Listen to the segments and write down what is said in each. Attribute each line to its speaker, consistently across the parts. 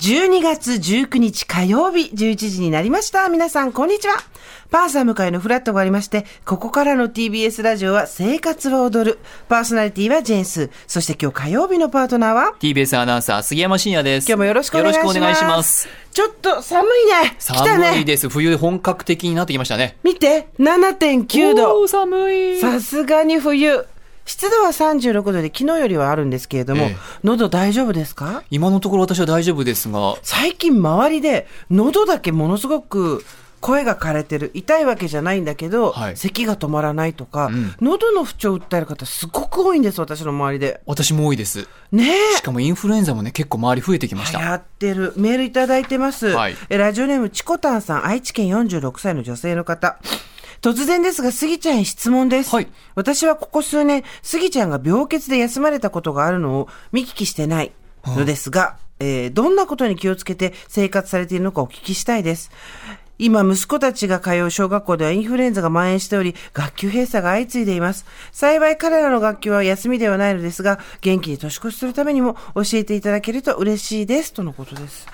Speaker 1: 12月19日火曜日11時になりました。皆さん、こんにちは。パーサー向かいのフラットがありまして、ここからの TBS ラジオは生活は踊る。パーソナリティはジェーンス。そして今日火曜日のパートナーは
Speaker 2: TBS アナウンサー杉山真也です。
Speaker 1: 今日もよろしくお願いします。
Speaker 2: よろしくお願いします。。
Speaker 1: ちょっと寒いね。来た
Speaker 2: 寒い
Speaker 1: ね。
Speaker 2: です。冬本格的になってきましたね。
Speaker 1: 見て、7.9度
Speaker 2: おー。寒い。
Speaker 1: さすがに冬。湿度は36度で昨日よりはあるんですけれども、
Speaker 2: ええ
Speaker 1: 喉大丈夫ですか
Speaker 2: 今のところ私は大丈夫ですが、
Speaker 1: 最近周りで喉だけものすごく声が枯れてる痛いわけじゃないんだけど、
Speaker 2: はい
Speaker 1: 咳が止まらないとか、
Speaker 2: ん
Speaker 1: 喉の不調を訴える方すごく多いんです私の周りで
Speaker 2: 私も多いです。
Speaker 1: ねえ
Speaker 2: しかもインフルエンザもね、結構周り増えてきました。
Speaker 1: やってる。メールいただいてます。
Speaker 2: はい
Speaker 1: えラジオネーム、チコタンさん、愛知県46歳の女性の方。突然ですが、スギちゃんへ質問です。
Speaker 2: はい
Speaker 1: 私はここ数年、スギちゃんが病欠で休まれたことがあるのを見聞きしてないのですが、えーどんなことに気をつけて生活されているのかお聞きしたいです。今、息子たちが通う小学校ではインフルエンザが蔓延しており、学級閉鎖が相次いでいます。幸い彼らの学級は休みではないのですが、元気に年越しするためにも教えていただけると嬉しいです。とのことです。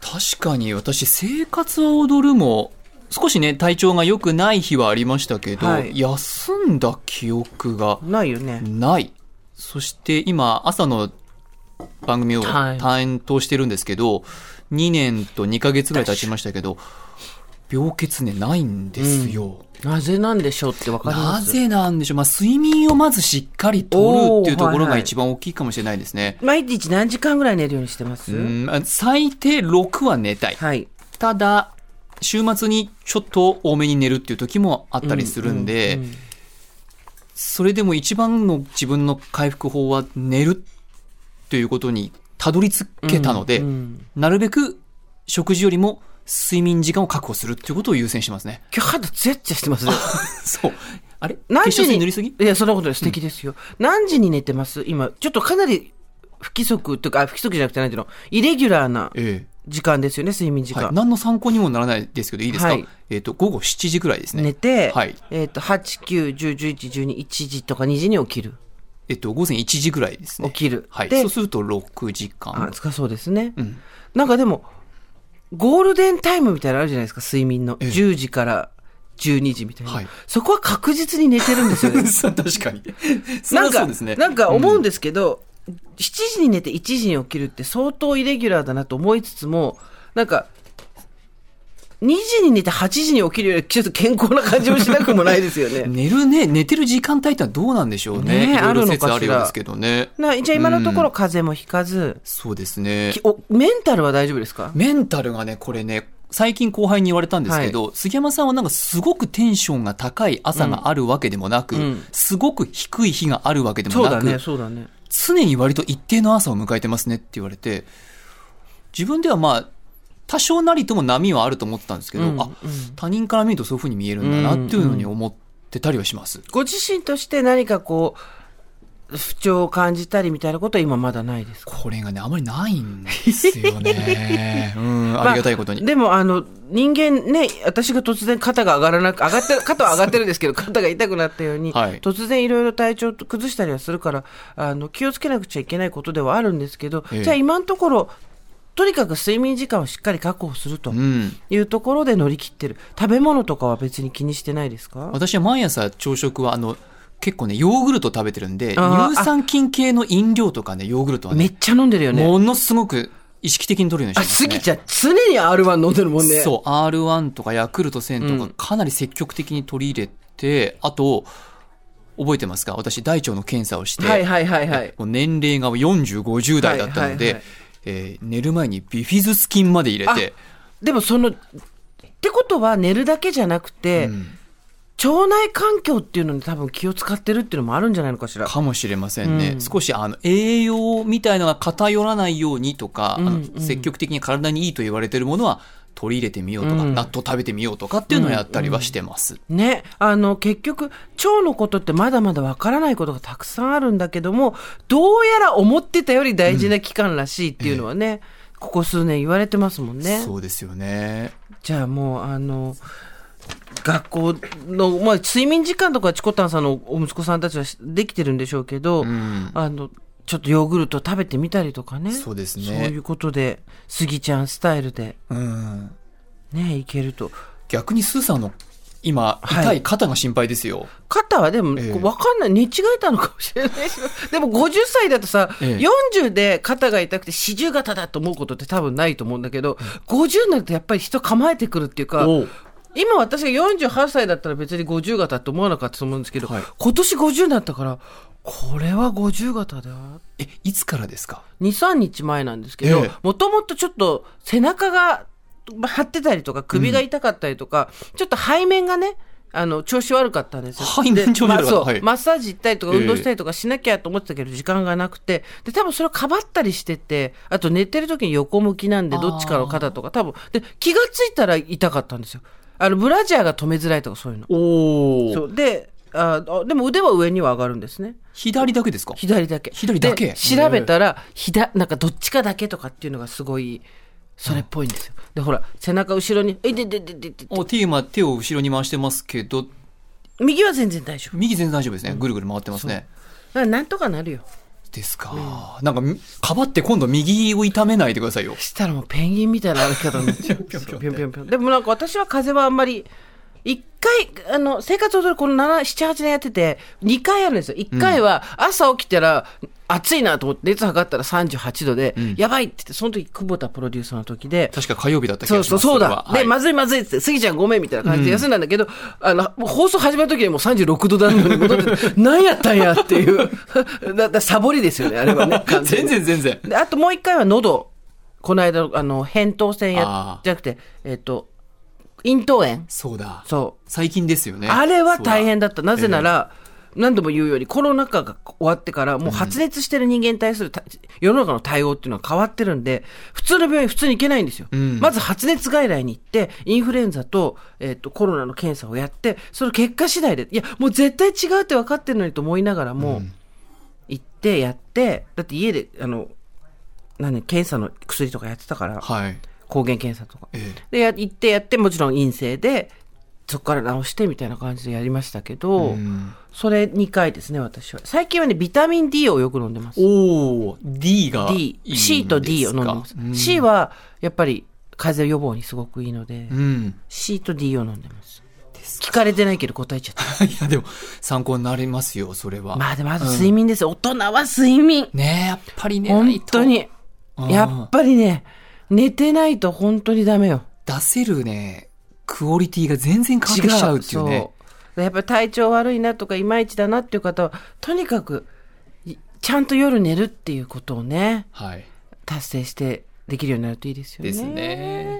Speaker 2: 確かに私、生活は踊るも、少しね、体調が良くない日はありましたけど、
Speaker 1: はい
Speaker 2: 休んだ記憶が
Speaker 1: ないよね。
Speaker 2: ない。そして今、朝の番組を
Speaker 1: はい
Speaker 2: 担当してるんですけど、2年と2ヶ月ぐらい経ちましたけど、病欠ね、ないんですよ。
Speaker 1: なぜなんでしょうってわか
Speaker 2: なぜなんでしょう。まあ、睡眠をまずしっかりとるっていうところが一番大きいかもしれないですね。
Speaker 1: 毎日何時間ぐらい寝るようにしてます
Speaker 2: うんあ最低6は寝たい。
Speaker 1: はい。
Speaker 2: ただ、週末にちょっと多めに寝るっていう時もあったりするんで、
Speaker 1: うんうんうん
Speaker 2: それでも一番の自分の回復法は寝るということにたどり着けたので、
Speaker 1: うん
Speaker 2: なるべく食事よりも睡眠時間を確保するっていうことを優先してま すね。
Speaker 1: 今日肌ツヤツヤ してますね。
Speaker 2: そう。あれ 化
Speaker 1: 何
Speaker 2: 粧
Speaker 1: 時
Speaker 2: 水
Speaker 1: に
Speaker 2: 塗りすぎ
Speaker 1: いや、そんなことない素敵ですよ。何時に寝てます今、ちょっとかなり不規則というか、あ不規則じゃなくてなんていうの、イレギュラーな
Speaker 2: え
Speaker 1: 時間ですよね、睡眠時
Speaker 2: え。はい。
Speaker 1: 間。
Speaker 2: 何の参考にもならないですけど、いいですか、
Speaker 1: はい
Speaker 2: えっ、と、午後7時くらいですね。
Speaker 1: 寝て、
Speaker 2: はい
Speaker 1: えっ、と、8、9、10、11、12、1時とか2時に起きる。
Speaker 2: えっ、と、午前1時くらいですね。
Speaker 1: 起きる
Speaker 2: はい。
Speaker 1: で
Speaker 2: そうすると6時
Speaker 1: あ、
Speaker 2: 間。
Speaker 1: つかそうですね。
Speaker 2: うん。
Speaker 1: なんかでも、ゴールデンタイムみたいなのあるじゃないですか、睡眠の。
Speaker 2: ええ
Speaker 1: 10時から12時みたいな。
Speaker 2: はい
Speaker 1: そこは確実に寝てるんですよね。
Speaker 2: そう確かに。そ
Speaker 1: な
Speaker 2: り
Speaker 1: ん
Speaker 2: ゃ
Speaker 1: か、
Speaker 2: そうですね。
Speaker 1: なんか思うんですけど、7時に寝て1時に起きるって相当イレギュラーだなと思いつつも、なんか、2時に寝て8時に起きるよりちょっと健康な感じもしなくもないです よね。
Speaker 2: 寝るね、寝てる時間帯ってのはどうなんでしょう
Speaker 1: ねえ
Speaker 2: ね。いろい
Speaker 1: あるの
Speaker 2: ろ
Speaker 1: かし
Speaker 2: 説
Speaker 1: ら
Speaker 2: あるようですけどね。
Speaker 1: なじゃあ今のところ風邪もひかず、
Speaker 2: そうですね
Speaker 1: き。おメンタルは大丈夫ですか
Speaker 2: メンタルがね、これね、最近後輩に言われたんですけど、杉山さんはなんかすごくテンションが高い朝があるわけでもなく、
Speaker 1: うん
Speaker 2: すごく低い日があるわけで
Speaker 1: そ
Speaker 2: も
Speaker 1: う
Speaker 2: な
Speaker 1: だ
Speaker 2: く、
Speaker 1: ね、そうだね。
Speaker 2: 常に割と一定の朝を迎えてますねって言われて、自分ではまあ、多少なりとも波はあると思ってたんですけど、
Speaker 1: うん
Speaker 2: あ、他人から見るとそういうふうに見えるんだなっていうのに思ってたりはします。
Speaker 1: ご自身として何かこう、不調を感じたりみたいなことは今まだないですか
Speaker 2: これがね、あまりないんです よね。うん、ありがたいことに。
Speaker 1: でもあの人間ね私が突然肩が上がらなく上がってる肩は上がってるんですけど肩が痛くなったように、
Speaker 2: はい
Speaker 1: 突然いろいろ体調崩したりはするからあの気をつけなくちゃいけないことではあるんですけど、
Speaker 2: ええ
Speaker 1: じゃあ今のところとにかく睡眠時間をしっかり確保すると
Speaker 2: うん。
Speaker 1: いうところで乗り切ってる食べ物とかは別に気にしてないですか
Speaker 2: 私は毎朝朝食は、あの、結構ね、ヨーグルト食べてるんで、
Speaker 1: あー
Speaker 2: 乳酸菌系の飲料とかね、ヨーグルトは
Speaker 1: め
Speaker 2: ね、
Speaker 1: っちゃ飲んでるよね
Speaker 2: ものすごく意識的に取るよう
Speaker 1: あ
Speaker 2: にしてます、
Speaker 1: ス
Speaker 2: ね。
Speaker 1: ギちゃん常に R1 飲んでるもんね
Speaker 2: そう、R1 とかヤクルト1000と
Speaker 1: うん
Speaker 2: かかなり積極的に取り入れて、あと、覚えてますか私、大腸の検査をして、
Speaker 1: はいはいはいはい
Speaker 2: もう年齢が40、50代だった
Speaker 1: はいは
Speaker 2: ので、
Speaker 1: いはい
Speaker 2: えー寝る前にビフィズス菌まで入れて、
Speaker 1: でもそのってことは寝るだけじゃなくて、
Speaker 2: うん
Speaker 1: 腸内環境っていうのに多分気を使ってるっていうのもあるんじゃないのかしら。
Speaker 2: かもしれませんね、
Speaker 1: うん
Speaker 2: 少しあの栄養みたいのが偏らないようにとか、あ
Speaker 1: うんうん
Speaker 2: の積極的に体にいいと言われてるものは取り入れてみようとか、
Speaker 1: うん
Speaker 2: 納豆食べてみようとかっていうのをやったりはしてます、
Speaker 1: ね、あの結局腸のことってまだまだわからないことがたくさんあるんだけどもどうやら思ってたより大事な期間らしいっていうのはね、ここ数年言われてますもんね。
Speaker 2: そうですよね
Speaker 1: じゃあもうあの学校の、まあ、睡眠時間とかチコタンさんのお息子さんたちはしできてるんでしょうけど、
Speaker 2: うん
Speaker 1: あのちょっとヨーグルト食べてみたりとかね。
Speaker 2: そうですね
Speaker 1: そういうことで、スギちゃんスタイルで
Speaker 2: うん。
Speaker 1: ね、いけると。
Speaker 2: 逆にスーさんの今、
Speaker 1: はい
Speaker 2: 痛い肩が心配ですよ。
Speaker 1: 肩はでも、こ
Speaker 2: ええ
Speaker 1: うわかんない。寝違えたのかもしれない し。でも50歳だとさ、
Speaker 2: ええ
Speaker 1: 40で肩が痛くて四十肩だと思うことって多分ないと思うんだけど、50になるとやっぱり人構えてくるっていうか、
Speaker 2: おう
Speaker 1: 今私が48歳だったら別に50型って思わなかったと思うんですけど、
Speaker 2: はい
Speaker 1: 今年50になったから、これは50型だよ。
Speaker 2: え、いつからですか
Speaker 1: 2、3日前なんですけど
Speaker 2: ええ、
Speaker 1: もともとちょっと背中が張ってたりとか、首が痛かったりとか、ちょっと背面がね、あの、調子悪かったんですよ。
Speaker 2: 背面
Speaker 1: で
Speaker 2: 調子悪
Speaker 1: まあ
Speaker 2: かった
Speaker 1: そう
Speaker 2: はい
Speaker 1: マッサージ行ったりとか、
Speaker 2: ええ
Speaker 1: 運動したりとかしなきゃと思ってたけど、時間がなくて。で、多分それをかばったりしてて、あと寝てる時に横向きなんで、
Speaker 2: あー
Speaker 1: どっちかの肩とか、多分。で、気がついたら痛かったんですよ。あの、ブラジャーが止めづらいとかそういうの。
Speaker 2: お
Speaker 1: そ
Speaker 2: お。
Speaker 1: う。で、ああでも腕は上には上がるんですね。
Speaker 2: 左だけですか
Speaker 1: 左だけ。
Speaker 2: 左だけ
Speaker 1: で調べたら、ひだ、なんかどっちかだけとかっていうのがすごい、それっぽいんですよ。で、ほら、背中後ろに、えいででででで
Speaker 2: お手今、手を後ろに回してますけど、
Speaker 1: 右は全然大丈夫。だ
Speaker 2: 右全然大丈夫ですね。ぐるぐる回ってますね。
Speaker 1: からなんとかなるよ。
Speaker 2: ですか。なんか、みかばって今度右を痛めないでくださいよ。
Speaker 1: したらもうペンギンみたいな歩き方になっちゃう。
Speaker 2: ぴょんぴょんぴょ
Speaker 1: そうぴょ
Speaker 2: ん
Speaker 1: んぴょんぴょんでもなんか私は風邪はあんまり、一回、あの、生活を踊るこの7、7、8年やってて、2回あるんですよ。1回は朝起きたら、暑いなと思って熱測ったら38度で、やばいって言って、その時久保田プロデューサーの時で、
Speaker 2: 確か火曜日だった気
Speaker 1: そう
Speaker 2: がし
Speaker 1: そ
Speaker 2: ま
Speaker 1: う、
Speaker 2: す。
Speaker 1: そう
Speaker 2: れ
Speaker 1: だ
Speaker 2: は。
Speaker 1: で、
Speaker 2: はい
Speaker 1: まずいまずいっつって、スギちゃんごめんみたいな感じで休んだんだけど、あの、もう放送始まる時にはもう36度だのに戻って て、何やったんやっていう、 だだサボりですよね、あれは ね。完全
Speaker 2: 全
Speaker 1: に
Speaker 2: 然全然。
Speaker 1: で、あともう一回は喉、この間の、あの、扁桃腺や
Speaker 2: あ、ー
Speaker 1: じゃなくて、えっ、と、咽頭炎。
Speaker 2: そうだ。
Speaker 1: そう。
Speaker 2: 最近ですよね。
Speaker 1: あれは大変
Speaker 2: だ。
Speaker 1: だった。なぜなら、何度も言うように、コロナ禍が終わってから、もう発熱してる人間に対するた、世の中の対応っていうのは変わってるんで、普通の病院普通に行けないんですよ。
Speaker 2: ん
Speaker 1: まず発熱外来に行って、インフルエンザと、えっ、と、コロナの検査をやって、その結果次第で、いや、もう絶対違うって分かってるのにと思いながらも、行ってやって、だって家で、あの、何、検査の薬とかやってたから、
Speaker 2: はい。
Speaker 1: 抗原検査とか。
Speaker 2: え
Speaker 1: でや行ってやってもちろん陰性でそこから直してみたいな感じでやりましたけど、
Speaker 2: ん
Speaker 1: それ2回ですね私は最近はねビタミン D をよく飲んでます
Speaker 2: おお D がいいんですか
Speaker 1: DC と D を飲んでます、
Speaker 2: うん
Speaker 1: C はやっぱり風邪予防にすごくいいので、
Speaker 2: うん
Speaker 1: C と D を飲んでます聞かれてないけど答えちゃった
Speaker 2: いやでも参考になりますよそれは、
Speaker 1: まあでもあと睡眠です、大人は睡眠
Speaker 2: ねえやっぱりね
Speaker 1: 本当に
Speaker 2: うん
Speaker 1: やっぱりね寝てないと本当にダメよ
Speaker 2: 出せるねクオリティが全然変わってきちゃうっていうね
Speaker 1: そうやっぱり体調悪いなとかいまいちだなっていう方はとにかくいちゃんと夜寝るっていうことをね
Speaker 2: はい
Speaker 1: 達成してできるようになるといいですよね。
Speaker 2: ですね